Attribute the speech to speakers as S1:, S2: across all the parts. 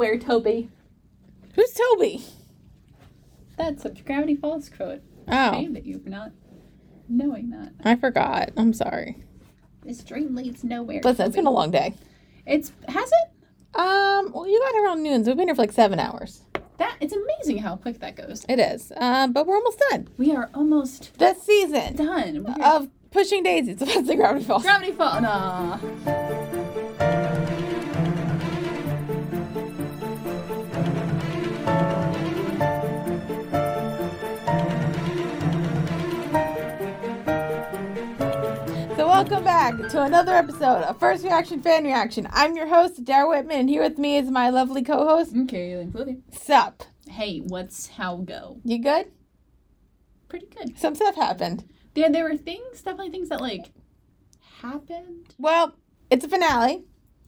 S1: there, Toby.
S2: Who's Toby?
S1: That's a Gravity Falls quote.
S2: Oh,
S1: Shame that you for not knowing that.
S2: I forgot. I'm sorry.
S1: This dream leads nowhere.
S2: Listen, it's been a long day.
S1: It's has it?
S2: Um, well, you got here around noon, so we've been here for like seven hours.
S1: That it's amazing how quick that goes.
S2: It is. Um, but we're almost done.
S1: We are almost
S2: This season
S1: done. We are-
S2: of Pushing Daisies. That's the Gravity Falls.
S1: Gravity Falls. Nah.
S2: So welcome back to another episode of First Reaction Fan Reaction. I'm your host, Dara Whitman, and here with me is my lovely co-host,
S1: Okay, including.
S2: Sup.
S1: Hey, what's how go?
S2: You good?
S1: Pretty good.
S2: Some stuff happened.
S1: Yeah, there were things, definitely things that like happened.
S2: Well, it's a finale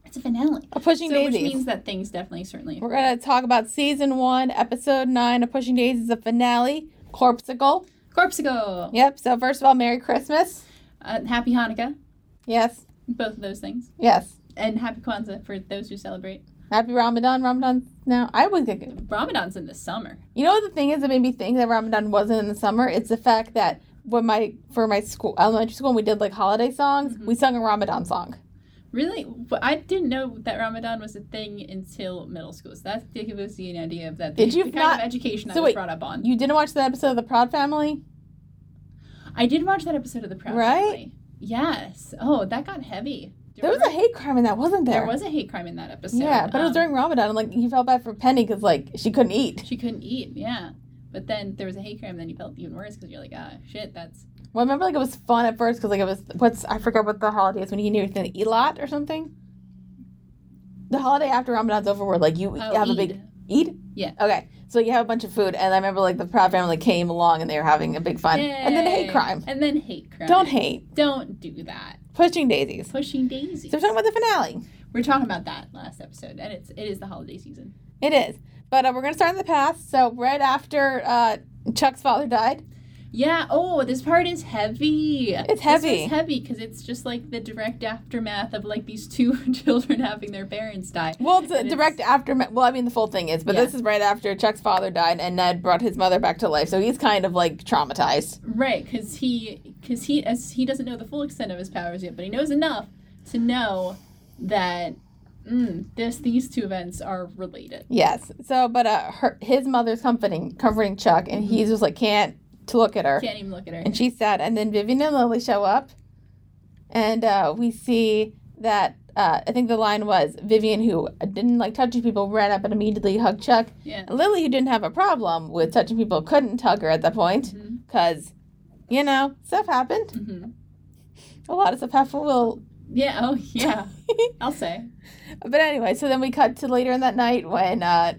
S1: It's a finale.
S2: of Pushing
S1: So, which
S2: Daisies.
S1: means that things definitely certainly
S2: We're gonna talk about season one, episode nine of Pushing Daisies, the finale, Corpsicle.
S1: Corpsicle.
S2: Yep. So first of all, Merry Christmas.
S1: Uh, happy Hanukkah.
S2: Yes.
S1: Both of those things.
S2: Yes.
S1: And happy Kwanzaa for those who celebrate.
S2: Happy Ramadan. Ramadan. Now I was thinking.
S1: Ramadan's in the summer.
S2: You know what the thing is that made me think that Ramadan wasn't in the summer? It's the fact that when my for my school elementary school when we did like holiday songs, we sung a Ramadan song.
S1: Really? But I didn't know that Ramadan was a thing until middle school. So that gives you an idea of that.
S2: Did
S1: the,
S2: you
S1: the kind
S2: not-
S1: of education
S2: So
S1: I was
S2: wait.
S1: brought up on.
S2: You didn't watch that episode of the Proud Family?
S1: I did watch that episode of The Proud
S2: Right?
S1: Family. Yes. Oh, that got heavy. Do you
S2: There was a
S1: remember?
S2: hate crime in that, wasn't there?
S1: there was a hate crime in that episode.
S2: yeah, but it was
S1: Um,
S2: during Ramadan, and like you felt bad for Penny because like she couldn't eat.
S1: She couldn't eat. Yeah. But then there was a hate crime. Then you felt even worse because you're like, ah, shit. That's
S2: Well, I remember like it was fun at first because like it was what's I forget what the holiday is when you need to eat a lot or something. The holiday after Ramadan's over, where like you
S1: oh,
S2: have a
S1: Eid.
S2: big eat.
S1: Yeah.
S2: Okay, so you have a bunch of food, and I remember like the Proud Family came along and they were having a big fun, and then hate
S1: Yay.
S2: crime.
S1: And then hate crime.
S2: Don't hate
S1: Don't do that.
S2: pushing daisies.
S1: Pushing daisies.
S2: So we're talking about the finale.
S1: We're talking about that last episode, and it's it is the holiday season.
S2: It is, but uh, we're gonna start in the past. So right after uh, Chuck's father died,
S1: Yeah. Oh, this part is heavy.
S2: It's heavy.
S1: It's heavy because it's just like the direct aftermath of like these two children having their parents die.
S2: well, it's a
S1: And it's-
S2: direct after. Well, I mean the full thing is, but
S1: Yeah.
S2: this is right after Chuck's father died, and Ned brought his mother back to life. So he's kind of like traumatized.
S1: Right, because he because he as he doesn't know the full extent of his powers yet, but he knows enough to know that mm, this these two events are related.
S2: Yes. So, but uh, her, his mother's comforting comforting Chuck, and
S1: Mm-hmm.
S2: he's just like can't to look at her.
S1: Can't even look at her.
S2: and she's sad. And then Vivian and Lily show up, and uh, we see that uh, I think the line was Vivian, who didn't like touching people, ran up and immediately hugged Chuck.
S1: Yeah.
S2: And Lily, who didn't have a problem with touching people, couldn't hug her at that point
S1: Mhm.
S2: because, you know, stuff happened.
S1: hmm
S2: A lot of stuff happened. Well,
S1: Yeah. Oh, yeah. I'll say.
S2: but anyway, so then we cut to later in that night when uh,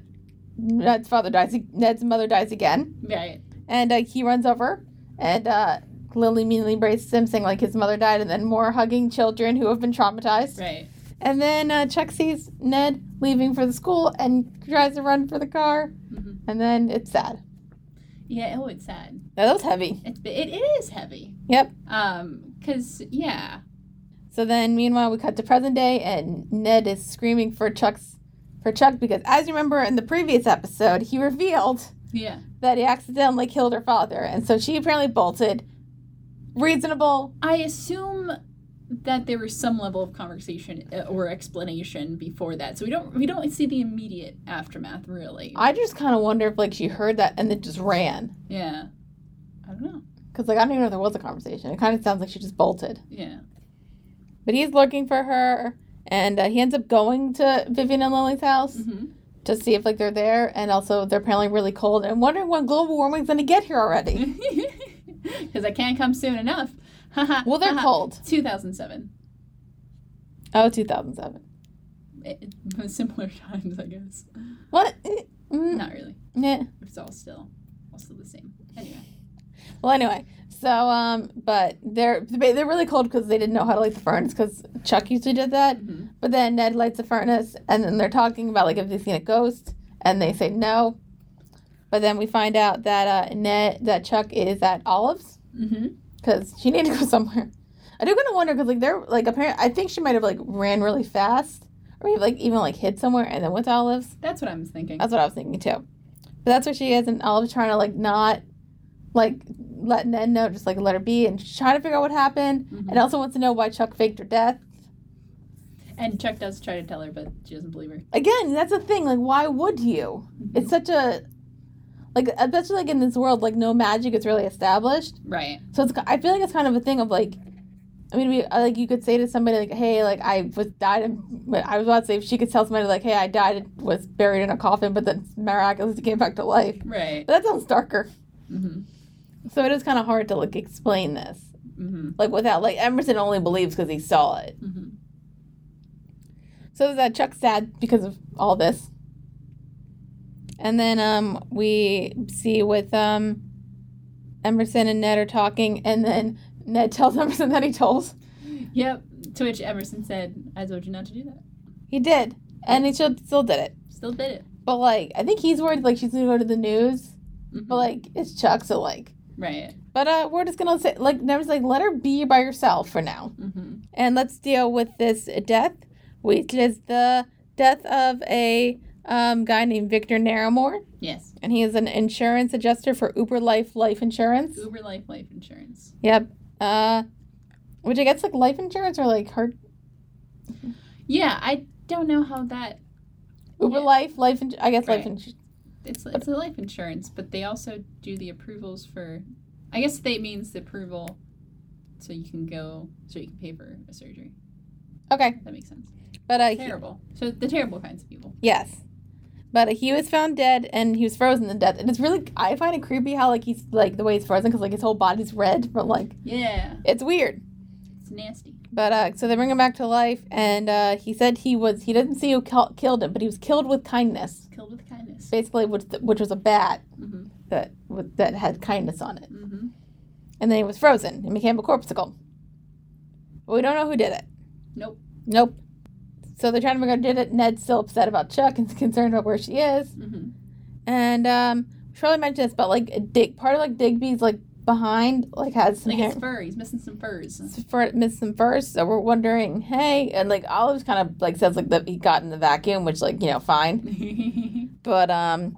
S2: Ned's father dies. Ned's mother dies again,
S1: Right.
S2: and uh, he runs over and. Uh, Lily meanly embraces him, saying like his mother died, and then more hugging children who have been traumatized.
S1: Right.
S2: And then uh, Chuck sees Ned leaving for the school and tries to run for the car.
S1: Mhm.
S2: And then it's sad.
S1: Yeah. Oh, it's sad.
S2: Now, that was heavy.
S1: It's it, it is heavy.
S2: Yep.
S1: Um. Cause yeah.
S2: So then, meanwhile, we cut to present day, and Ned is screaming for Chuck's for Chuck because, as you remember in the previous episode, he revealed
S1: Yeah.
S2: that he accidentally killed her father, and so she apparently bolted. Reasonable.
S1: I assume that there was some level of conversation uh, or explanation before that. So we don't we don't see the immediate aftermath really.
S2: I just kind of wonder if like she heard that and then just ran
S1: Yeah. I don't know.
S2: because like I don't even know if there was a conversation. It kind of sounds like she just bolted.
S1: Yeah.
S2: But he's looking for her, and uh, he ends up going to Vivian and Lily's house
S1: hmm
S2: to see if like they're there, and also they're apparently really cold. And I'm wondering when global warming's gonna get here
S1: Mm-hmm.
S2: already.
S1: Because I can't come soon enough.
S2: Well, they're
S1: Uh-huh.
S2: cold.
S1: 2007.
S2: Oh, 2007.
S1: It, it- similar times, I guess.
S2: What? Eh, Mm,
S1: Not really.
S2: eh.
S1: It's all still, all still the same. Anyway.
S2: Well, anyway, so um, but they're they're really cold because they didn't know how to light the furnace because Chuck usually did that.
S1: Mhm.
S2: But then Ned lights the furnace, and then they're talking about like if they've seen a ghost, and they say no. But then we find out that uh, Ned that Chuck is at Olive's.
S1: Mm-hmm.
S2: because she needed to go somewhere. I do kind of wonder because like they're like apparently I think she might have like ran really fast or maybe like even like hid somewhere and then with olives.
S1: That's what I was thinking.
S2: That's what I was thinking too. But that's where she is, and Olive's trying to like not like let Ned know, just like let her be, and she's trying to figure out what happened,
S1: Mhm.
S2: and also wants to know why Chuck faked her death.
S1: And Chuck does try to tell her, but she doesn't believe her.
S2: Again, that's the thing. Like, why would you? It's such a like, especially like in this world, like no magic is really established.
S1: right.
S2: So it's, I feel like it's kind of a thing of like, I mean, we, uh, like you could say to somebody like, "Hey, like I was died," in, but I was about to say if she could tell somebody like, "Hey, I died, and was buried in a coffin, but then miraculously came back to life."
S1: Right.
S2: But that sounds darker.
S1: Mm-hmm.
S2: So it is kind of hard to like explain this,
S1: Mm-hmm.
S2: like without like Emerson only believes because he saw it.
S1: Mm-hmm.
S2: So is that Chuck's sad because of all this. And then um, we see with um, Emerson and Ned are talking, and then Ned tells Emerson that he told.
S1: Yep. To which Emerson said, "I told you not to do that."
S2: He did, and he still, still did it.
S1: Still did it.
S2: But like, I think he's worried like she's gonna go to the news.
S1: Mhm.
S2: But like, it's Chuck, so like.
S1: right.
S2: But uh, we're just gonna say like, Ned's like, let her be by herself for now,
S1: Mm-hmm.
S2: and let's deal with this death, which is the death of a um, guy named Victor Naramore.
S1: Yes.
S2: and he is an insurance adjuster for Uber Life Life Insurance.
S1: Uber Life Life Insurance.
S2: Yep. Uh, which I guess like life insurance or like heart
S1: Yeah, I don't know how that.
S2: Uber
S1: Yeah.
S2: Life Life. In- I guess life
S1: Right.
S2: insurance.
S1: It's it's a life insurance, but they also do the approvals for. I guess they means the approval, so you can go, so you can pay for a surgery.
S2: Okay,
S1: That makes sense.
S2: but uh, he-
S1: Terrible. So the terrible kinds of people.
S2: yes, but uh, he was found dead and he was frozen to death. And it's really I find it creepy how like he's like the way he's frozen because like his whole body's red, but like
S1: Yeah,
S2: it's weird.
S1: it's nasty.
S2: But uh, so they bring him back to life, and uh, he said he was he didn't see who kill- killed him, but he was killed with kindness,
S1: Killed with kindness.
S2: basically, which which was a bat
S1: Mm-hmm.
S2: that with, that had kindness on it.
S1: Mm-hmm.
S2: and then he was frozen and became a corpuscle. But we don't know who did it.
S1: Nope.
S2: Nope. So they're trying to figure out who did it. Ned's still upset about Chuck and concerned about where she is.
S1: Mm-hmm.
S2: And um, we should probably mention this, but like Dig, part of like Digby's like behind like has some
S1: Like his
S2: hair
S1: fur. He's missing some furs.
S2: for missed some first. So we're wondering, hey, and like Olive's kind of like says like that he got in the vacuum, which like you know fine,
S1: mm-hmm.
S2: but um.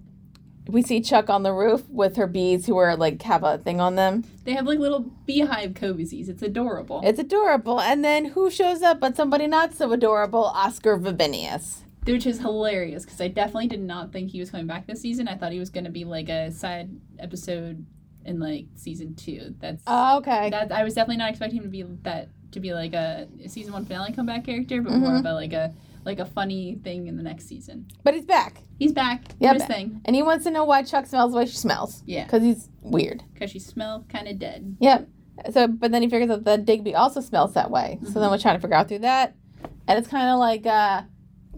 S2: We see Chuck on the roof with her bees who are like have a thing on them.
S1: They have like little beehive cozies. It's adorable.
S2: It's adorable. And then who shows up but somebody not so adorable? Oscar Vivinius.
S1: which is hilarious because I definitely did not think he was coming back this season. I thought he was going to be like a side episode in like season two. That's
S2: Oh, okay.
S1: that. I was definitely not expecting him to be that to be like a season one finale comeback character, but more
S2: Mhm.
S1: of a like a like a funny thing in the next season.
S2: But he's back.
S1: He's back.
S2: Yeah,
S1: Yeah, his
S2: but-
S1: thing.
S2: And he wants to know why Chuck smells the way she smells.
S1: Yeah,
S2: Because he's weird.
S1: because she smelled kind of dead.
S2: Yep. So, but then he figures out that Digby also smells that way. So then we're trying to figure out through that. And it's kind of like, uh,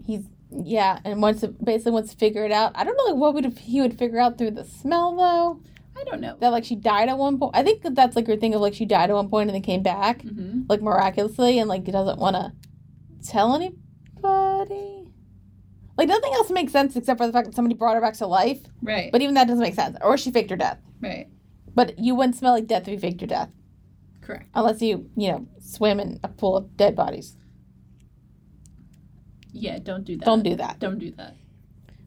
S2: he's, yeah, and wants to, basically wants to figure it out. I don't know like, what would he would figure out through the smell, though.
S1: I don't know.
S2: That, like, she died at one point. I think that that's, like, your thing of, like, she died at one point and then came back.
S1: Mm-hmm.
S2: like miraculously and like he doesn't want to tell anybody. Like nothing else makes sense except for the fact that somebody brought her back to life.
S1: Right.
S2: But even that doesn't make sense. Or she faked her death.
S1: right.
S2: But you wouldn't smell like death if you faked your death,
S1: Correct.
S2: unless you you know swim in a pool of dead bodies.
S1: Yeah. Don't do that.
S2: Don't do that.
S1: Don't do that.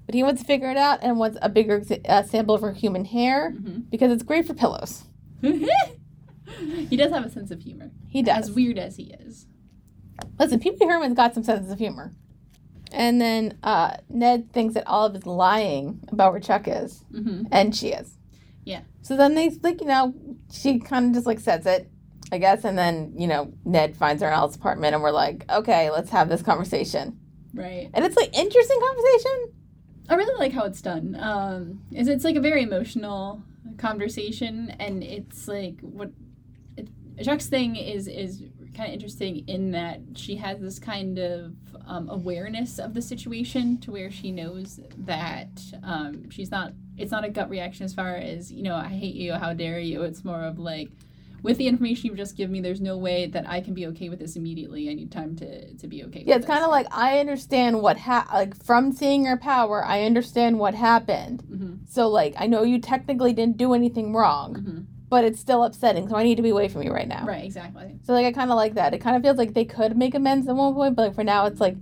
S2: But he wants to figure it out and wants a bigger exa- uh, sample of her human hair
S1: hmm
S2: because it's great for pillows.
S1: Mm-hmm. he does have a sense of humor,
S2: He does.
S1: as weird as he is.
S2: Listen, P.P. Herman's got some sense of humor. And then uh, Ned thinks that Olive is lying about where Chuck is.
S1: Mm-hmm.
S2: And she is.
S1: Yeah.
S2: So then they like you know she kind of just like says it, I guess, and then you know Ned finds her in Alice's apartment, and we're like, okay, let's have this conversation,
S1: Right.
S2: and it's like interesting conversation.
S1: I really like how it's done. Um, is it's like a very emotional conversation, and it's like what it, Jacques' thing is is kind of interesting in that she has this kind of um, awareness of the situation to where she knows that um, she's not. It's not a gut reaction as far as you know. I hate you. How dare you? It's more of like. With the information you've just given me, there's no way that I can be okay with this immediately. I need time to, to be okay
S2: Yeah,
S1: with
S2: it's kind of like I understand what ha like from seeing her power, I understand what happened.
S1: Mm-hmm,
S2: So like I know you technically didn't do anything wrong,
S1: mm-hmm.
S2: but it's still upsetting. So I need to be away from you right now.
S1: Right, exactly.
S2: So like I kind of like that. It kind of feels like they could make amends at one point, but like for now it's like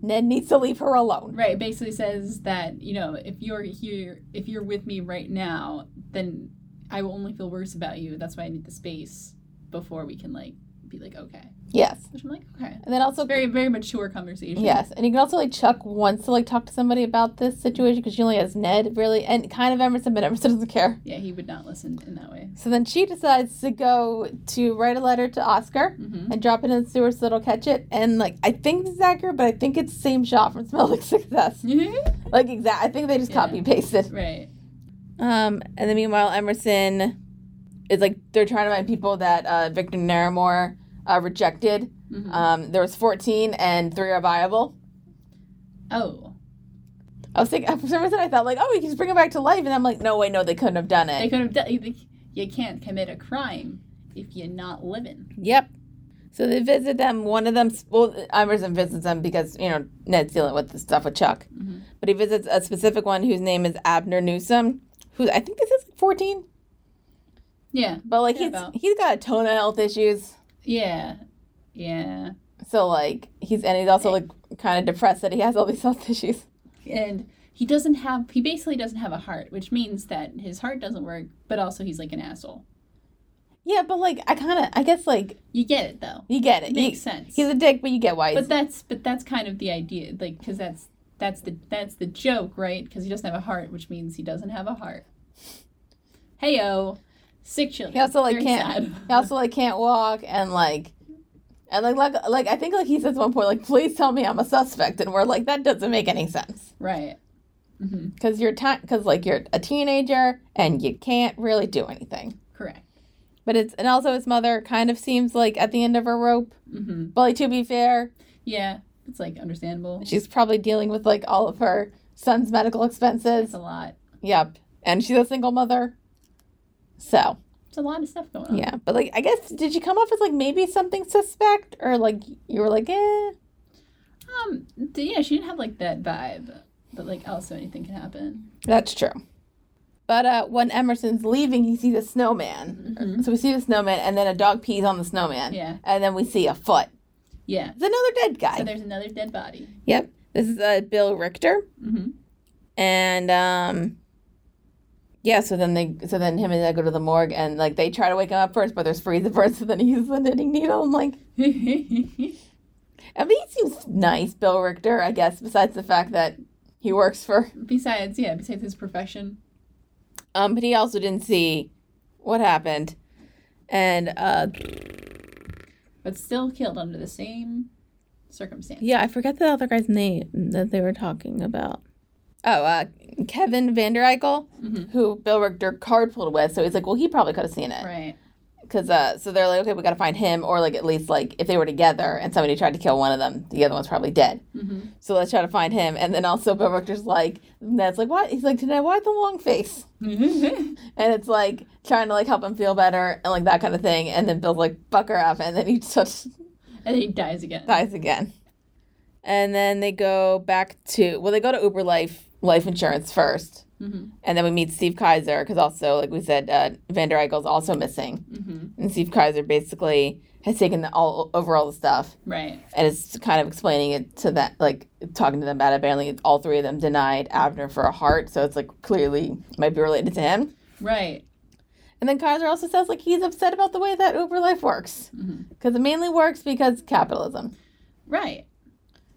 S2: Ned needs to leave her alone.
S1: Right, basically says that, you know, if you're here, if you're with me right now, then I will only feel worse about you. That's why I need the space before we can, like, be like, okay.
S2: Yes.
S1: Which I'm like, okay.
S2: And then also,
S1: It's a very, very mature conversation.
S2: yes. And you can also, like, Chuck wants to, like, talk to somebody about this situation because she only has Ned, really, and kind of Emerson, but Emerson doesn't care.
S1: Yeah, he would not listen in that way.
S2: So then she decides to go to write a letter to Oscar
S1: hmm
S2: and drop it in the sewer so it'll catch it. And, like, I think this is accurate, but I think it's the same shot from Smell Like Success. Like, exact. I think they just
S1: Yeah.
S2: copy and pasted.
S1: right.
S2: Um, and then meanwhile, Emerson is like they're trying to find people that uh, Victor Naramore uh, rejected.
S1: hmm
S2: Um, there was fourteen, and three are viable.
S1: oh,
S2: I was thinking for some reason I thought like, oh, we can just bring it back to life, and I'm like, no way, no, they couldn't have done
S1: they
S2: it.
S1: could have done. You you can't commit a crime if you're not living.
S2: Yep. So they visit them. One of them, well, Emerson visits them because you know Ned's dealing with the stuff with Chuck,
S1: Mhm.
S2: but he visits a specific one whose name is Abner Newsom, who I think this is like fourteen,
S1: Yeah.
S2: but like
S1: Yeah,
S2: he's
S1: about.
S2: he's got a ton of health issues.
S1: Yeah. Yeah.
S2: So like he's and he's also like kind of depressed that he has all these health issues.
S1: and he doesn't have he basically doesn't have a heart which means that his heart doesn't work but also he's like an asshole
S2: Yeah, but like I kind of I guess like
S1: you get it though
S2: you get
S1: it
S2: it.
S1: makes
S2: He,
S1: sense
S2: he's a dick, but you get why.
S1: but
S2: He's,
S1: that's but that's kind of the idea like because that's that's the that's the joke right because he doesn't have a heart which means he doesn't have a heart heyo sick children
S2: he also like
S1: Very
S2: can't.
S1: sad.
S2: He also like can't walk and like. And like, like, like, I think like he says at one point, like, please tell me I'm a suspect, and we're like, that doesn't make any sense,
S1: right hmm
S2: because you're ti because like you're a teenager and you can't really do anything.
S1: correct
S2: But it's and also his mother kind of seems like at the end of her rope.
S1: hmm
S2: But like to be fair,
S1: yeah it's like understandable
S2: She's probably dealing with like all of her son's medical
S1: it's
S2: expenses.
S1: a lot
S2: Yep. And she's a single mother. So,
S1: it's a lot of stuff going on
S2: yeah. But like, I guess, did you come off as like maybe something suspect or like you were like, eh?
S1: um d- yeah she didn't have like that vibe but like also anything can happen
S2: That's true. But uh, when Emerson's leaving, he sees a snowman.
S1: Mhm.
S2: So we see the snowman and then a dog pees on the snowman.
S1: yeah
S2: And then we see a foot.
S1: yeah
S2: It's another dead guy.
S1: So there's another dead body.
S2: yep. This is uh, Bill Richter.
S1: Mm-hmm.
S2: and um yeah so then they so then him and they go to the morgue and like they try to wake him up first but there's freeze at first so then he uses the knitting needle i'm like i mean he seems nice bill richter i guess besides the fact that he works for
S1: besides, yeah, besides his profession.
S2: um but he also didn't see what happened and uh
S1: But still killed under the same circumstance.
S2: yeah i forget the other guy's name that they were talking about oh uh kevin vander Eichel,
S1: Mhm.
S2: who bill richter card pulled with so he's like well he probably could have seen it
S1: Right.
S2: Because uh, so they're like, okay, we got to find him, or like at least like if they were together and somebody tried to kill one of them, the other one's probably dead.
S1: Mm-hmm.
S2: So let's try to find him. And then also Bill Richter's like, Ned's like, what? He's like, today, why the long face? And it's like trying to like help him feel better and like that kind of thing. And then Bill's like, fuck her up, and then he just
S1: and then he dies again.
S2: dies again. And then they go back to well, they go to Uber Life life insurance first,
S1: Mm-hmm.
S2: and then we meet Steve Kaiser because also like we said, uh, Vander Eichel's also missing.
S1: Mm-hmm.
S2: And Steve Kaiser basically has taken the, all over all the stuff
S1: Right.
S2: and is kind of explaining it to that, like talking to them about it. Apparently, all three of them denied Abner for a heart, so it's like clearly might be related to him.
S1: Right.
S2: And then Kaiser also says like he's upset about the way that Uber Life works
S1: Mhm.
S2: because it mainly works because capitalism.
S1: Right.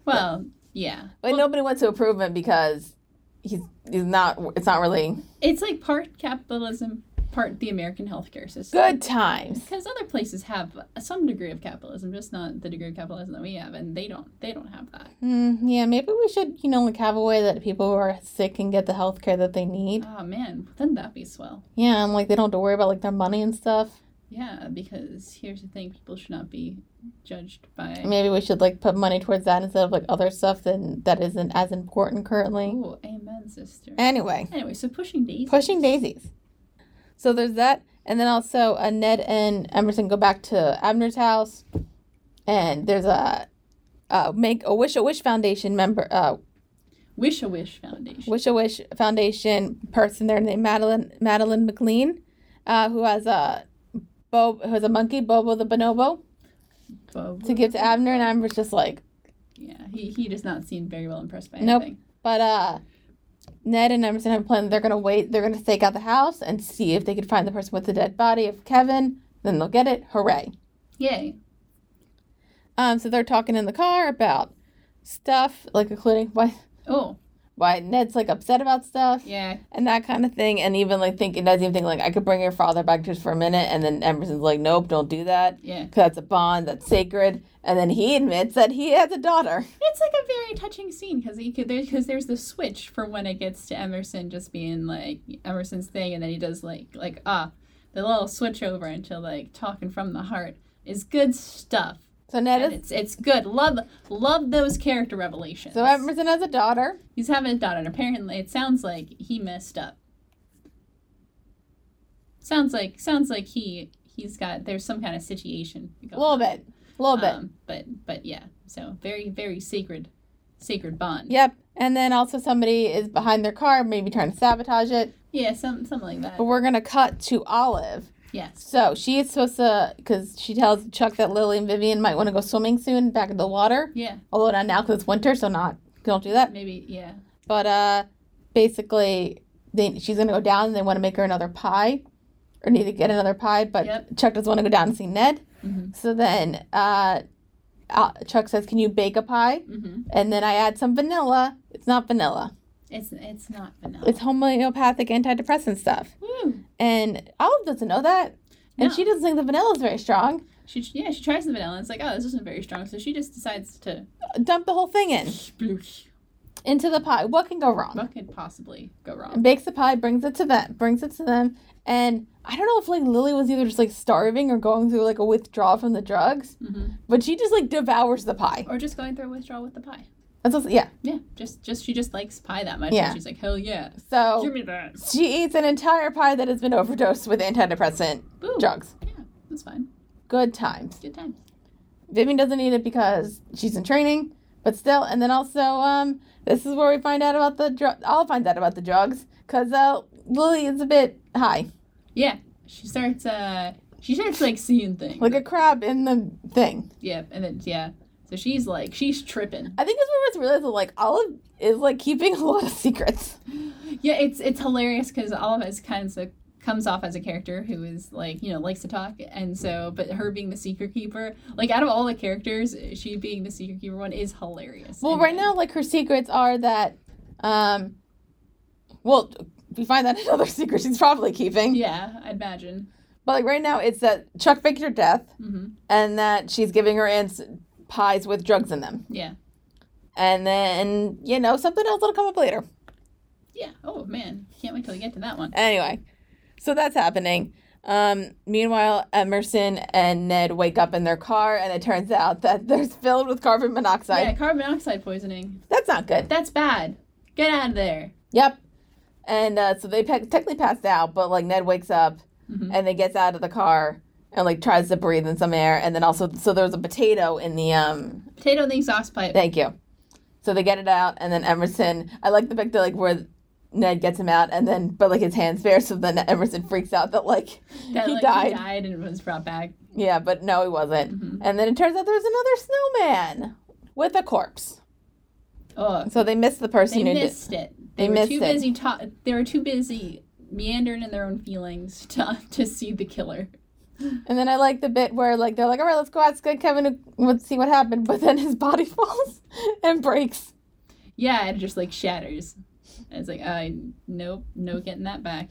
S1: Well, yeah.
S2: But nobody wants to approve him because he's he's not. It's not really
S1: It's like part capitalism, part the American healthcare system.
S2: good times.
S1: Because other places have some degree of capitalism, just not the degree of capitalism that we have, and they don't. They don't have that.
S2: Mm, yeah, maybe we should you know like have a way that people who are sick can get the health care that they need.
S1: Oh man, wouldn't that be swell?
S2: Yeah, and like they don't have to worry about like their money and stuff.
S1: Yeah, because here's the thing: people should not be judged by.
S2: Maybe we should like put money towards that instead of like other stuff then that isn't as important currently.
S1: Oh, amen, sister.
S2: Anyway,
S1: Anyway, so pushing daisies.
S2: pushing daisies. So there's that, and then also uh, Ned and Emerson go back to Abner's house, and there's a, a make a Wish a Wish Foundation member, uh,
S1: Wish a Wish Foundation.
S2: Wish a Wish Foundation person there named Madeline Madeline McLean, uh, who has a Bob who has a monkey Bobo the bonobo
S1: Bob.
S2: to give to Abner, and Abner's just like,
S1: Yeah, he, he does not seem very well impressed by
S2: Nope.
S1: anything.
S2: But uh, Ned and Emerson have a plan. They're gonna wait. They're gonna stake out the house and see if they can find the person with the dead body of Kevin. Then they'll get it. Hooray!
S1: Yay.
S2: Um, so they're talking in the car about stuff, like including why
S1: Oh,
S2: why Ned's like upset about stuff
S1: yeah.
S2: and that kind of thing, and even like thinking Ned's even thinking like I could bring your father back just for a minute, and then Emerson's like, nope, don't do that.
S1: Yeah.
S2: 'cause that's a bond that's sacred, and then he admits that he has a daughter.
S1: It's like a very touching scene because there's because there's the switch for when it gets to Emerson just being like Emerson's thing, and then he does like like ah, the little switch over into like talking from the heart is good stuff.
S2: So Ned
S1: And
S2: is
S1: it's it's good. Love love those character revelations.
S2: so Emerson has a daughter.
S1: he's having a daughter, and apparently it sounds like he messed up. Sounds like sounds like he he's got there's some kind of situation.
S2: A little bit, a little bit.
S1: Um, but but yeah, so very very sacred sacred bond.
S2: Yep. And then also somebody is behind their car, maybe trying to sabotage it.
S1: Yeah, some something like that.
S2: But we're gonna cut to Olive.
S1: Yes.
S2: So she is supposed to, because she tells Chuck that Lily and Vivian might want to go swimming soon, back in the water.
S1: Yeah.
S2: Although not now because it's winter, so not don't do that.
S1: Maybe. Yeah.
S2: But uh, basically, they she's gonna go down, and they want to make her another pie, or need to get another pie. But
S1: Yep.
S2: Chuck doesn't want to go down and see Ned.
S1: Mhm.
S2: So then, uh, uh, Chuck says, "Can you bake a pie?"
S1: hmm
S2: And then I add some vanilla. It's not vanilla.
S1: It's it's not vanilla.
S2: It's homeopathic antidepressant stuff.
S1: Woo.
S2: And Olive doesn't know that. And
S1: No.
S2: she doesn't think the vanilla is very strong.
S1: She yeah she tries the vanilla. and It's like oh this isn't very strong. So she just decides to
S2: Dump the whole thing in
S1: sploosh.
S2: into the pie. What can go wrong?
S1: What could possibly go
S2: And
S1: wrong?
S2: bakes the pie, brings it to them, brings it to them. And I don't know if like Lily was either just like starving or going through like a withdrawal from the drugs,
S1: hmm
S2: but she just like devours the pie.
S1: Or just going through a withdrawal with the pie.
S2: That's also, yeah.
S1: Yeah. Just just she just likes pie that much.
S2: Yeah. Oh.
S1: And she's like hell yeah. Give
S2: So
S1: me that.
S2: she eats an entire pie that has been overdosed with antidepressant
S1: Boo.
S2: drugs.
S1: Yeah. That's fine.
S2: Good times.
S1: Good time.
S2: Vivian doesn't need it because she's in training, but still. And then also, um, this is where we find out about the drug. I'll find out about the drugs because uh, Lily is a bit high,
S1: Yeah. She starts uh she starts like seeing things.
S2: like a crab in the thing.
S1: yeah. And then yeah. So she's like she's tripping.
S2: I think it's where it's realized that like Olive is like keeping a lot of secrets.
S1: Yeah, it's it's hilarious because Olive is kind of comes off as a character who is like you know likes to talk, and so but her being the secret keeper, like out of all the characters, she being the secret keeper one is hilarious.
S2: Well,
S1: And
S2: right
S1: then-
S2: now, like her secrets are that, um, well, we find out another secret she's probably keeping.
S1: yeah, I imagine.
S2: But like right now, it's that Chuck faked her death
S1: hmm
S2: and that she's giving her aunts pies with drugs in them.
S1: Yeah,
S2: And then, you know, something else will come up later.
S1: yeah. Oh man, can't wait till we get to that one.
S2: Anyway, so that's happening. Um, meanwhile, Emerson and Ned wake up in their car, and it turns out that they're filled with carbon monoxide.
S1: Yeah, carbon monoxide poisoning.
S2: That's not good.
S1: That's bad. Get out of there.
S2: Yep. And uh, so they pe- technically passed out, but like Ned wakes up
S1: Mhm.
S2: and then gets out of the car and like tries to breathe in some air, and then also so there was a potato in the um
S1: Potato in the exhaust pipe.
S2: Thank you. So they get it out, and then Emerson. I like the bit that like where Ned gets him out, and then but like his hands bare, so then Emerson freaks out that like
S1: that,
S2: he
S1: like,
S2: died.
S1: He died and was brought back.
S2: Yeah, but no, he wasn't.
S1: Mhm.
S2: And then it turns out there's another snowman with a corpse.
S1: Oh,
S2: So they missed the person
S1: they
S2: who did.
S1: missed it. They,
S2: They
S1: were
S2: missed
S1: too
S2: it.
S1: busy. Ta- they were too busy meandering in their own feelings to to see the killer.
S2: And then I like the bit where like they're like, all right, let's go out, get Kevin, let's see what happened. But then his body falls and breaks.
S1: Yeah, it just like shatters. And it's like, uh, nope, no getting that back.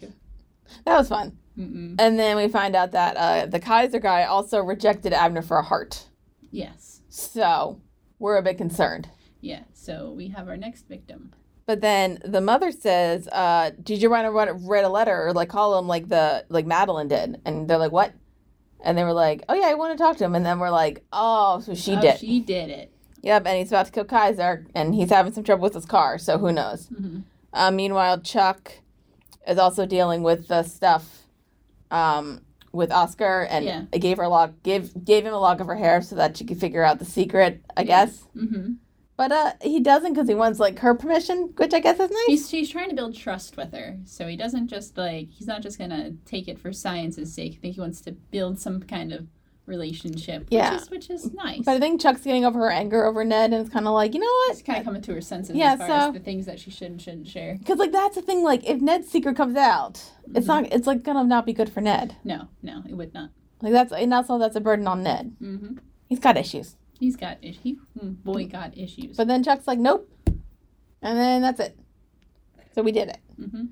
S2: That was fun.
S1: Mm-mm.
S2: And then we find out that uh, the Kaiser guy also rejected Abner for a heart.
S1: Yes.
S2: So we're a bit concerned.
S1: Yeah. So we have our next victim.
S2: But then the mother says, uh, "Did you want to write, write a letter or like call him like the like Madeline did?" And they're like, "What?" And they were like, "Oh yeah, I want to talk to him." And then we're like, "Oh, so she
S1: Oh,
S2: did."
S1: She did it.
S2: yep. And he's about to kill Kaiser, and he's having some trouble with his car, so who knows?
S1: Mhm.
S2: Uh, meanwhile, Chuck is also dealing with the stuff um, with Oscar, and
S1: Yeah.
S2: I gave her a log, gave gave him a log of her hair so that she could figure out the secret, I guess.
S1: Mm-hmm.
S2: But uh, he doesn't because he wants like her permission, which I guess is nice.
S1: He's she's trying to build trust with her, so he doesn't just like he's not just gonna take it for science's sake. I think he wants to build some kind of relationship.
S2: Yeah.
S1: Which is, which is nice.
S2: But I think Chuck's getting over her anger over Ned, and it's kind of like, you know
S1: She's kind of
S2: what?
S1: coming to her senses
S2: Yeah,
S1: as far
S2: so-
S1: as the things that she should and shouldn't share.
S2: Because Uh, like that's the thing. Like if Ned's secret comes out, it's
S1: Mhm.
S2: not. It's like gonna not be good for Ned.
S1: No, no, it would not.
S2: Like that's and that's all. That's a burden on Ned.
S1: Mm-hmm.
S2: He's got issues.
S1: He's got issues. He, mm, boy, got issues.
S2: But then Chuck's like, nope. And then that's it. So we did it.
S1: hmm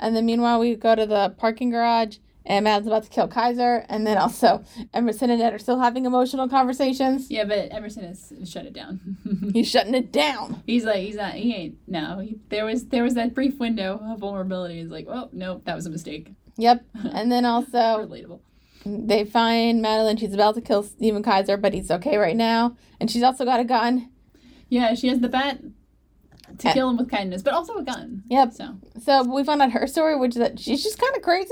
S2: And then meanwhile, we go to the parking garage, and Madeline's about to kill Kaiser. And then also, Emerson and Ned are still having emotional conversations.
S1: Yeah, but Emerson has shut it down.
S2: He's shutting it down.
S1: he's like, he's not, he ain't. No, he, there was there was that brief window of vulnerability. He's like, oh no, that was a mistake.
S2: Yep. And then also,
S1: Relatable.
S2: they find Madeline. She's about to kill Stephen Kaiser, but he's okay right now. And she's also got a gun.
S1: Yeah, she has the bat to
S2: Eh.
S1: kill him with kindness, but also a gun.
S2: Yep.
S1: So,
S2: So we found out her story, which is that she's just kind of crazy.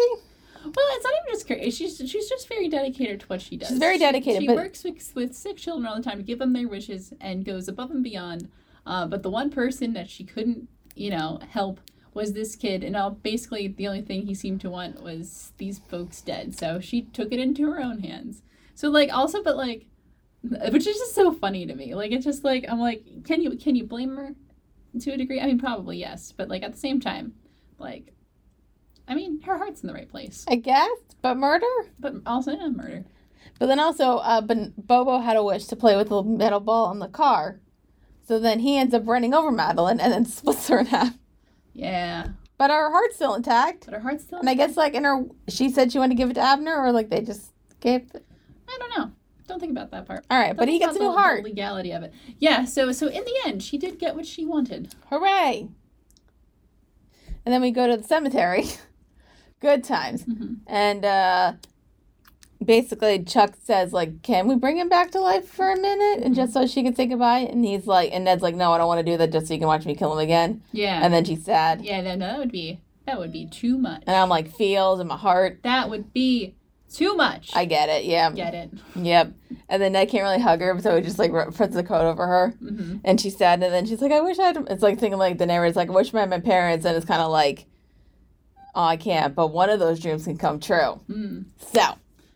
S1: well, it's not even just crazy. She's she's just very dedicated to what she does.
S2: She's very
S1: She-
S2: dedicated,
S1: She,
S2: but-
S1: works with, with sick children all the time to give them their wishes and goes above and beyond. Uh, but the one person that she couldn't, you know, help was this kid, and all basically the only thing he seemed to want was these folks dead. So she took it into her own hands. So like also, but like. Which is just so funny to me. Like it's just like I'm like, can you can you blame her? to a degree. I mean, probably yes, but like at the same time, like, I mean, her heart's in the right place,
S2: I guess, but murder.
S1: but also yeah, murder.
S2: But then also, uh, ben- Bobo had a wish to play with a metal ball in the car. So then he ends up running over Madeline and then splits her in half.
S1: Yeah,
S2: But her heart's still intact.
S1: but her heart's still.
S2: And I guess like in her, she said she wanted to give it to Abner, or like they just gave.
S1: I don't know. Don't think about that part.
S2: All right, but he
S1: That's
S2: gets a
S1: not
S2: new
S1: the- the
S2: heart.
S1: legality of it. Yeah. So so in the end, she did get what she wanted.
S2: Hooray! And then we go to the cemetery. Good times.
S1: Mhm.
S2: And uh, basically, Chuck says like, "Can we bring him back to life for a minute?" And just so she can say goodbye. And he's like, and Ned's like, "No, I don't want to do that. Just so you can watch me kill him again."
S1: Yeah.
S2: And then she's sad.
S1: yeah. No, no, that would be that would be too much.
S2: And I'm like, feels in my heart.
S1: That would be too much.
S2: I get it. Yeah.
S1: get it.
S2: Yep. And then Ned can't really hug her, so he just like ru- puts the coat over her.
S1: hmm
S2: And she's sad, and then she's like, "I wish I had." It's like thinking like the neighbor's like, "I wish I had my parents," and it's kind of like, "Oh, I can't," but one of those dreams can come true.
S1: Mm.
S2: So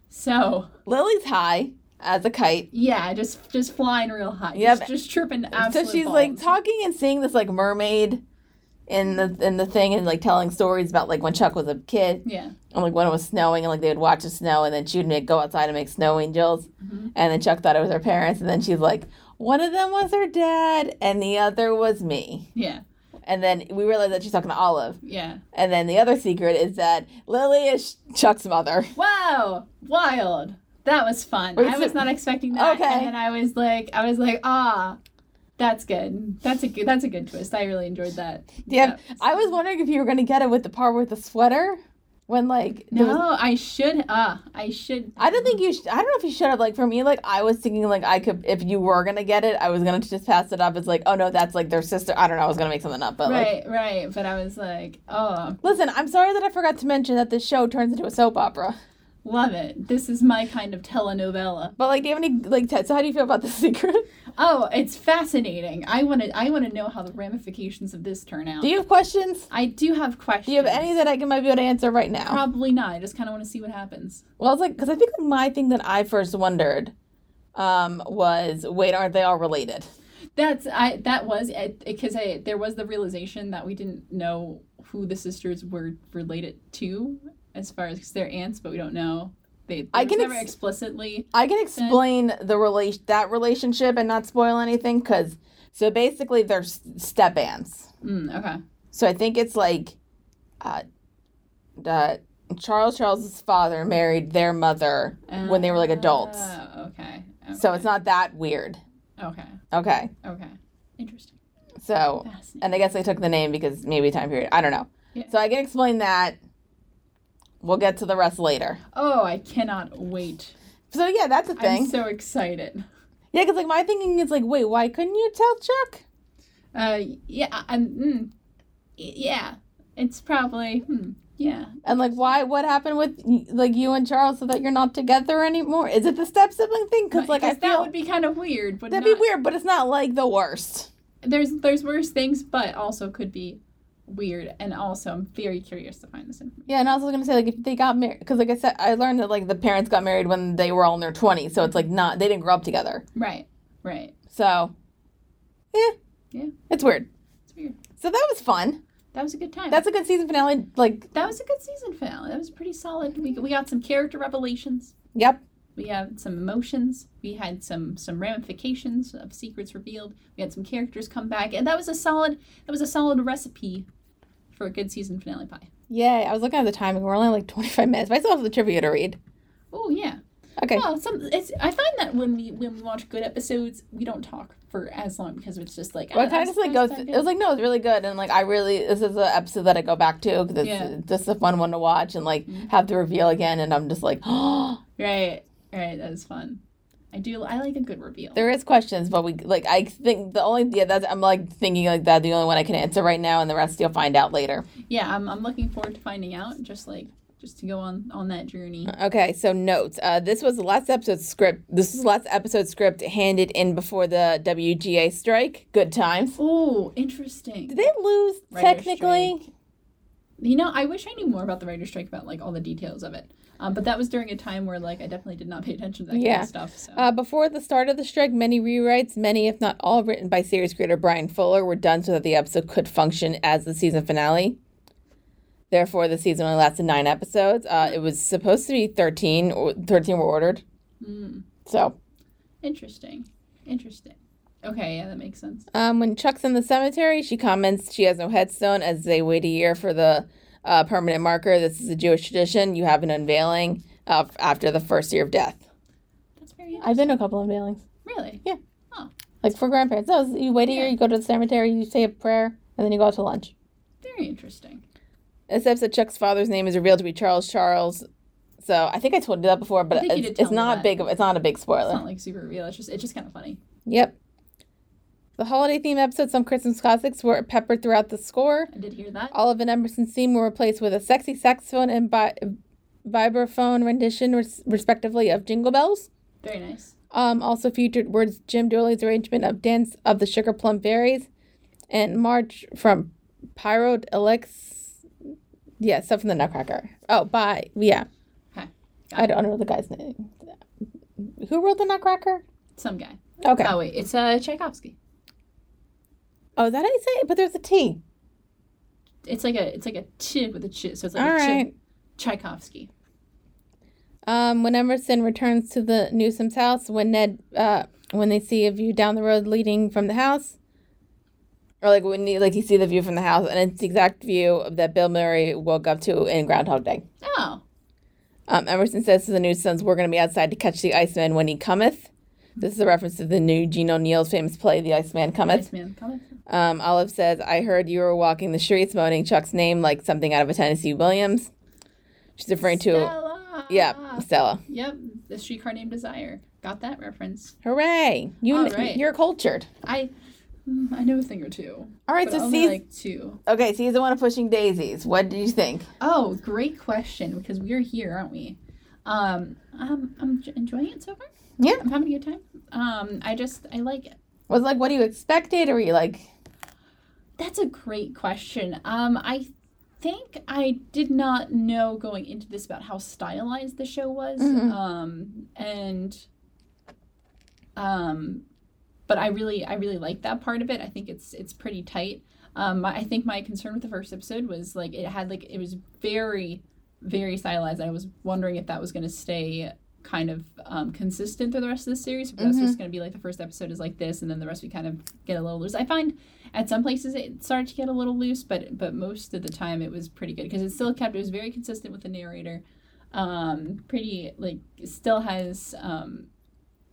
S1: So
S2: Lily's high as a kite,
S1: yeah, just just flying real high.
S2: Yeah,
S1: Just,
S2: but-
S1: just tripping. Absolute
S2: so she's
S1: balls.
S2: like talking and seeing this like mermaid in the in the thing, and like telling stories about like when Chuck was a kid,
S1: Yeah.
S2: and like when it was snowing, and like they would watch the snow, and then she would make go outside and make snow angels,
S1: Mhm.
S2: and then Chuck thought it was her parents, and then she's like, "One of them was her dad, and the other was me,"
S1: Yeah.
S2: and then we realized that she's talking to Olive.
S1: Yeah.
S2: And then the other secret is that Lily is Chuck's mother.
S1: Wow, wild. That was fun.
S2: Wait,
S1: I
S2: so-
S1: was not expecting that.
S2: Okay.
S1: And then I was like, I was like, ah, that's good. That's a good. That's a good twist. I really enjoyed that.
S2: Yeah,
S1: That-
S2: I was wondering if you were going to get it with the part with the sweater when like there
S1: No,
S2: was-
S1: I should. Ah, I should.
S2: I don't think you sh- I don't know if you should have like for me like I was thinking like I could if you were going to get it I was going to just pass it up as like oh no that's like their sister I don't know I was going to make something up but like
S1: Right, right. But I was like, oh,
S2: Listen, I'm sorry that I forgot to mention that this show turns into a soap opera.
S1: love it. This is my kind of telenovela.
S2: But like, do you have any like? Ted, so how do you feel about the secret?
S1: Oh, it's fascinating. I want to. I want to know how the ramifications of this turn out.
S2: Do you have questions?
S1: I do have questions.
S2: Do you have any that I can might be able to answer right now?
S1: Probably not. I just kind of want to see what happens.
S2: Well, it's like because I think like, my thing that I first wondered um, was, wait, aren't they all related?
S1: That's I that was because I there was the realization that we didn't know who the sisters were related to as far as 'cause they're aunts, but we don't know they.
S2: I
S1: I can
S2: can
S1: never
S2: ex-
S1: explicitly.
S2: I can explain the relation that relationship and not spoil anything because so basically they're s- step aunts.
S1: Mm, okay.
S2: So I think it's like, uh, uh, Charles Charles's father married their mother when they were like adults.
S1: Oh, okay. okay.
S2: So it's not that weird.
S1: okay.
S2: Okay,
S1: Okay. Interesting.
S2: so
S1: Fascinating.
S2: And I guess they took the name because maybe time period. I don't know.
S1: Yeah.
S2: So I can explain that. We'll get to the rest later.
S1: oh, I cannot wait.
S2: So yeah, that's a thing.
S1: I'm so excited.
S2: yeah, because like my thinking is like, wait, why couldn't you tell Chuck?
S1: Uh, yeah. I- I'm. Mm, yeah. It's probably. Hmm, yeah.
S2: And like, why? What happened with like you and Charles so that you're not together anymore? Is it the step sibling thing? Because like I
S1: that
S2: feel
S1: would be kind of weird. Would
S2: that'd
S1: not,
S2: be weird, but it's not like the worst.
S1: there's there's worse things, but also could be weird. And also, I'm very curious to find this information.
S2: Yeah, and I was gonna say like if they got married, because like I said, I learned that like the parents got married when they were all in their twenties, so it's like not they didn't grow up together.
S1: Right, right.
S2: So, yeah,
S1: Yeah.
S2: it's weird.
S1: It's weird.
S2: So that was fun.
S1: That was a good time.
S2: That's a good season finale. Like,
S1: that was a good season finale. That was pretty solid. We, we got some character revelations.
S2: yep,
S1: We had some emotions. We had some some ramifications of secrets revealed. We had some characters come back, and that was a solid that was a solid recipe for a good season finale pie.
S2: yay! I was looking at the time, and we're only like twenty five minutes. But I still have the trivia to read.
S1: Oh yeah.
S2: Okay,
S1: Well, some it's I find that when we when we watch good episodes, we don't talk for as long because it's just like.
S2: well,
S1: ah,
S2: I kind of
S1: that's-
S2: just like go.
S1: that's
S2: Th-
S1: not
S2: it was like no, it's really good, and like I really this is the episode that I go back to because it's
S1: Yeah.
S2: just a fun one to watch and like
S1: Mhm.
S2: have the reveal again, and I'm just like, oh,
S1: good. right, right. That was fun. I do. I like a good reveal.
S2: There is questions, but we like I think the only yeah that's I'm like thinking like that the only one I can answer right now, and the rest you'll find out later.
S1: yeah, I'm I'm looking forward to finding out. Just like just to go on on that journey.
S2: Okay, so notes. Uh, this was the last episode script. This is the last episode script handed in before the WGA strike. Good times.
S1: Oh, interesting.
S2: Did they lose
S1: Writer's
S2: technically?
S1: You know, I wish I knew more about the writer's strike, about like all the details of it. Um, but that was during a time where like I definitely did not pay attention to that kind
S2: Yeah.
S1: of stuff. So
S2: Uh, before the start of the strike, many rewrites, many if not all, written by series creator Brian Fuller, were done so that the episode could function as the season finale. Therefore, the season only lasted nine episodes. Uh, it was supposed to be 13, or 13 were ordered.
S1: mm,
S2: So,
S1: interesting, interesting. Okay, yeah, that makes sense.
S2: um, when Chuck's in the cemetery, she comments she has no headstone as they wait a year for the uh, permanent marker. This is a Jewish tradition. You have an unveiling uh, after the first year of death.
S1: That's very interesting.
S2: I've been to a couple unveilings.
S1: really
S2: Like for grandparents. No, you wait a year,
S1: Yeah.
S2: you go to the cemetery, you say a prayer, and then you go out to lunch.
S1: very interesting.
S2: Except that Chuck's father's name is revealed to be Charles Charles. So I think I told you that before,
S1: I
S2: but
S1: think you
S2: it's,
S1: did tell
S2: it's
S1: me
S2: not
S1: that.
S2: big. of- It's not a big
S1: It's
S2: spoiler.
S1: not like super real. It's just it's just kind of funny.
S2: Yep. The holiday theme episodes on Christmas classics were peppered throughout the score.
S1: I did hear that.
S2: Olive and Emerson's theme were replaced with a sexy saxophone and bi- vibraphone rendition, res- respectively, of Jingle Bells.
S1: Very nice.
S2: Um, also featured words Jim Dooley's arrangement of Dance of the Sugar Plum Fairies and March from Pyro Elix. Yeah, stuff from the Nutcracker. Oh, by, yeah.
S1: Okay.
S2: I don't know the guy's name. Who wrote the Nutcracker?
S1: Some guy.
S2: Okay.
S1: Oh wait, it's uh Tchaikovsky.
S2: Oh, is that how you say it? But there's a T.
S1: It's like a it's like a chid with a chid. So it's like
S2: All
S1: a chi-
S2: right.
S1: Tchaikovsky.
S2: Um, when Emerson returns to the Newsom's house, when Ned, uh, when they see a view down the road leading from the house, or like when you, like you see the view from the house, and it's the exact view that Bill Murray woke up to in Groundhog Day.
S1: Oh,
S2: Um, Emerson says to the Newsoms, "We're going to be outside to catch the Iceman when he cometh." This is a reference to the new Gene O'Neill's famous play, The Iceman
S1: nice
S2: Cometh.
S1: man. Color.
S2: Um, Olive says, I heard you were walking the streets moaning Chuck's name like something out of a Tennessee Williams. She's referring to,
S1: Stella.
S2: yeah, Stella.
S1: Yep, the streetcar named Desire. Got that reference.
S2: Hooray. You,
S1: All right.
S2: You're cultured.
S1: I mm, I know a thing or two.
S2: All right,
S1: But
S2: so
S1: only
S2: season,
S1: like two.
S2: okay, season one of Pushing Daisies. What do you think?
S1: Oh, great question because we're here, aren't we? Um, I'm I'm j- enjoying it so far.
S2: Yeah.
S1: I'm having a good time. Um, I just I like it.
S2: Was it like, what do you expected? Or were you like,
S1: That's a great question. Um, I think I did not know going into this about how stylized the show was.
S2: Mhm.
S1: Um, and um, but I really, I really like that part of it. I think it's it's pretty tight. Um, I I think my concern with the first episode was like it had like it was very, very stylized. I was wondering if that was going to stay kind of um, consistent through the rest of the series. If that's
S2: Mhm.
S1: just going to be like the first episode is like this, and then the rest we kind of get a little loose. I find at some places it started to get a little loose, but but most of the time it was pretty good because it still kept it was very consistent with the narrator. Um, pretty like it still has um,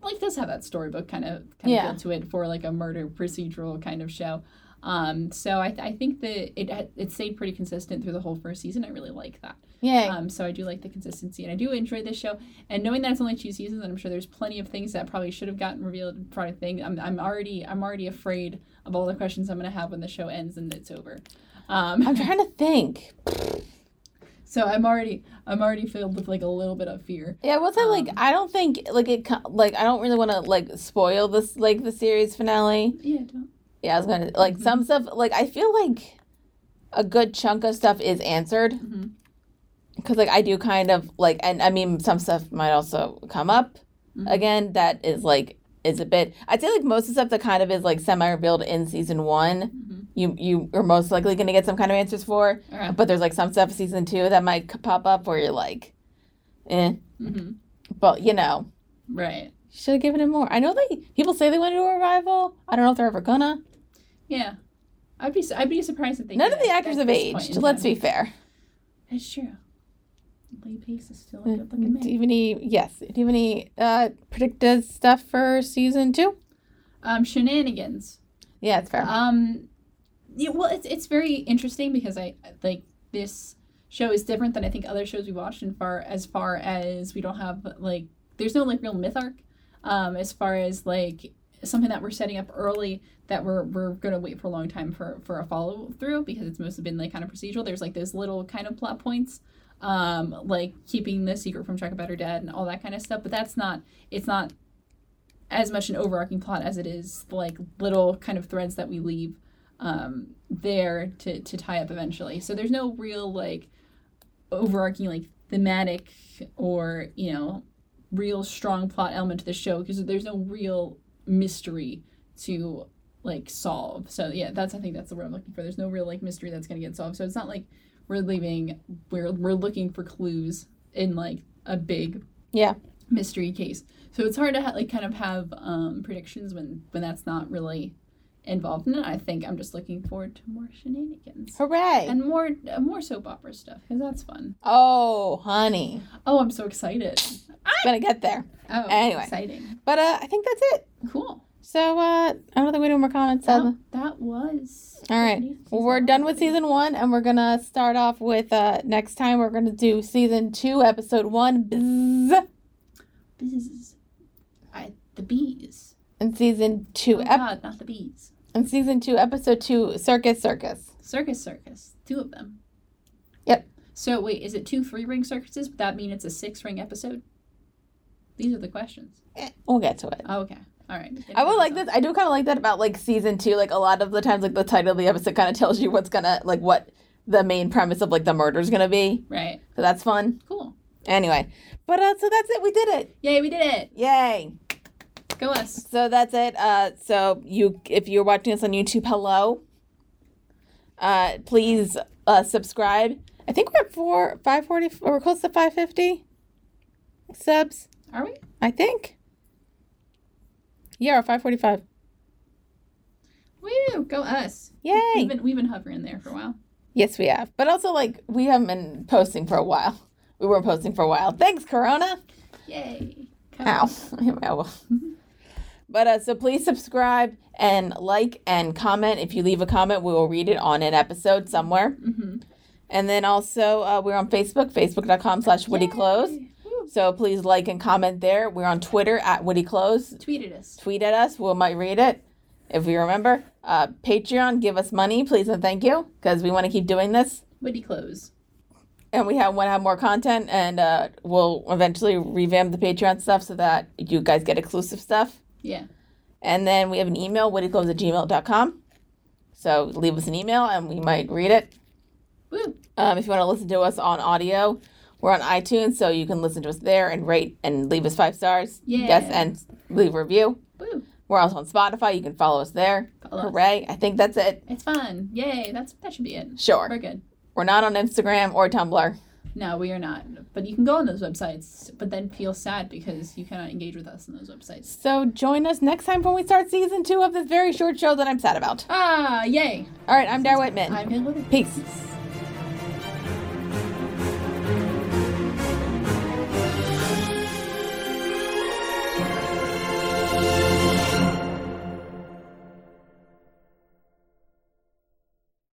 S1: like does have that storybook kind of kind
S2: Yeah.
S1: of feel to it for like a murder procedural kind of show. Um, so I, th- I think that it had- it stayed pretty consistent through the whole first season. I really like that.
S2: yay.
S1: Um, so I do like the consistency, and I do enjoy this show. And knowing that it's only two seasons, and I'm sure there's plenty of things that probably should have gotten revealed. Probably thing I'm, I'm already I'm already afraid of all the questions I'm gonna have when the show ends and it's over.
S2: I'm
S1: Um,
S2: trying to think.
S1: so I'm already I'm already filled with like a little bit of fear.
S2: Yeah, what's it like?
S1: Um,
S2: I don't think, like, it, co- like, I don't really want to, like, spoil this, like, the series finale.
S1: Yeah, don't. Mm-hmm.
S2: Yeah, I was gonna like some stuff. Like I feel like a good chunk of stuff is answered
S1: Mhm.
S2: because like I do kind of like and I mean some stuff might also come up
S1: Mhm.
S2: again that is like is a bit I'd say like most of the stuff that kind of is like semi revealed in season one
S1: Mhm.
S2: you you are most likely gonna get some kind of answers for
S1: All right.
S2: but there's like some stuff in season two that might c- pop up where you're like eh
S1: Mhm.
S2: but you know
S1: Right.
S2: should have given it more I know they people say they want to do a revival I don't know if they're ever gonna
S1: Yeah. I'd be su- I'd be surprised if they
S2: none
S1: did
S2: of the
S1: at
S2: actors have
S1: this point
S2: aged
S1: in
S2: let's
S1: time.
S2: be fair
S1: That's true. Lee Pace is still a
S2: Uh,
S1: good looking
S2: Do
S1: man.
S2: you have any? Yes. Do you have any uh, predicted stuff for season two?
S1: Um, shenanigans.
S2: Yeah, it's fair.
S1: Um, yeah, well, it's it's very interesting because I like this show is different than I think other shows we watched in far as far as we don't have like there's no like real myth arc, um, as far as like something that we're setting up early that we're we're gonna wait for a long time for for a follow through because it's mostly been like kind of procedural. There's like those little kind of plot points. Um, like keeping the secret from Chuck about her dad and all that kind of stuff, but that's not it's not as much an overarching plot as it is like little kind of threads that we leave um, there to, to tie up eventually. So there's no real like overarching like thematic or you know real strong plot element to the show because there's no real mystery to like solve. So yeah, that's I think that's the word I'm looking for. There's no real like mystery that's gonna get solved. So it's not like we're leaving we're we're looking for clues in like a big
S2: Yeah.
S1: mystery case. So it's hard to ha- like kind of have um, predictions when when that's not really involved. And I think I'm just looking forward to more shenanigans
S2: Hooray!
S1: and more uh, more soap opera stuff because that's fun.
S2: oh, honey,
S1: Oh, I'm so excited.
S2: gonna get there.
S1: Oh,
S2: Anyway.
S1: exciting.
S2: But uh, I think that's it.
S1: Cool.
S2: So uh, I don't think we do more comments.
S1: That,
S2: sadly.
S1: that was.
S2: All right. Well, we're done with season one, and we're gonna start off with uh, next time. We're gonna do season two, episode one, bzzz,
S1: Bees. I the bees.
S2: and season two,
S1: Oh
S2: ep-
S1: God, not the bees.
S2: and season two, episode two, circus, circus.
S1: Circus, circus. Two of them.
S2: Yep.
S1: So wait, is it two three ring circuses? Would that mean it's a six ring episode? These are the questions.
S2: Eh, We'll get to it.
S1: Oh, okay. All right.
S2: I would like this. I do kind of like that about like season two. Like a lot of the times, like the title of the episode kind of tells you what's gonna like what the main premise of like the murder is gonna be.
S1: Right.
S2: So that's fun.
S1: Cool.
S2: Anyway, but uh, so that's it. We did it.
S1: Yay, we did it.
S2: Yay!
S1: Go us.
S2: So that's it. Uh, so you, if you're watching us on YouTube, hello. Uh, please uh, subscribe. I think we're at four five forty. We're close to five fifty subs.
S1: Are we?
S2: I think. Yeah, or five forty five.
S1: Woo! Go us.
S2: Yay!
S1: We've been we've been hovering there for a while.
S2: Yes, we have. But also, like, we haven't been posting for a while. We weren't posting for a while. Thanks, Corona.
S1: Yay. Come
S2: Ow. I hit my elbow. But uh, so please subscribe and like and comment. If you leave a comment, we will read it on an episode somewhere.
S1: Mm-hmm.
S2: And then also, uh, we're on Facebook, facebook.com slash Woody Close. So please like and comment there. We're on Twitter at Woody Close.
S1: Tweeted us.
S2: Tweet at us. We might read it if we remember. Uh, Patreon, give us money, please and thank you, because we want to keep doing this.
S1: Woody close.
S2: and we have want to have more content and uh, we'll eventually revamp the patreon stuff so that you guys get exclusive stuff
S1: Yeah.
S2: and then we have an email woodyclothes at gmail.com so leave us an email and we might read it
S1: Woo.
S2: um, if you want to listen to us on audio we're on itunes so you can listen to us there and rate and leave us five stars
S1: Yeah.
S2: yes and leave a review
S1: Woo.
S2: we're also on spotify you can follow us there
S1: Follow us.
S2: hooray i think that's it
S1: It's fun. Yay. That's that should be it.
S2: sure
S1: We're good.
S2: we're not on instagram or tumblr
S1: No, we are not. But you can go on those websites, but then feel sad because you cannot engage with us on those websites.
S2: so join us next time when we start season two of this very short show that i'm sad about
S1: Ah, yay.
S2: All right, I'm Dar Whitman.
S1: I'm Hill Wither.
S2: Peace.